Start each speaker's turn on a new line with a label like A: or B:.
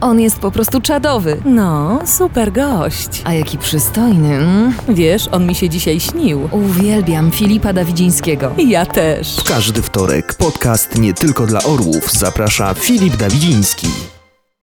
A: On jest po prostu czadowy.
B: No, super gość.
A: A jaki przystojny. Mm.
B: Wiesz, on mi się dzisiaj śnił.
A: Uwielbiam Filipa Dawidzińskiego.
B: I Ja też.
C: W każdy wtorek podcast nie tylko dla orłów zaprasza Filip Dawidziński.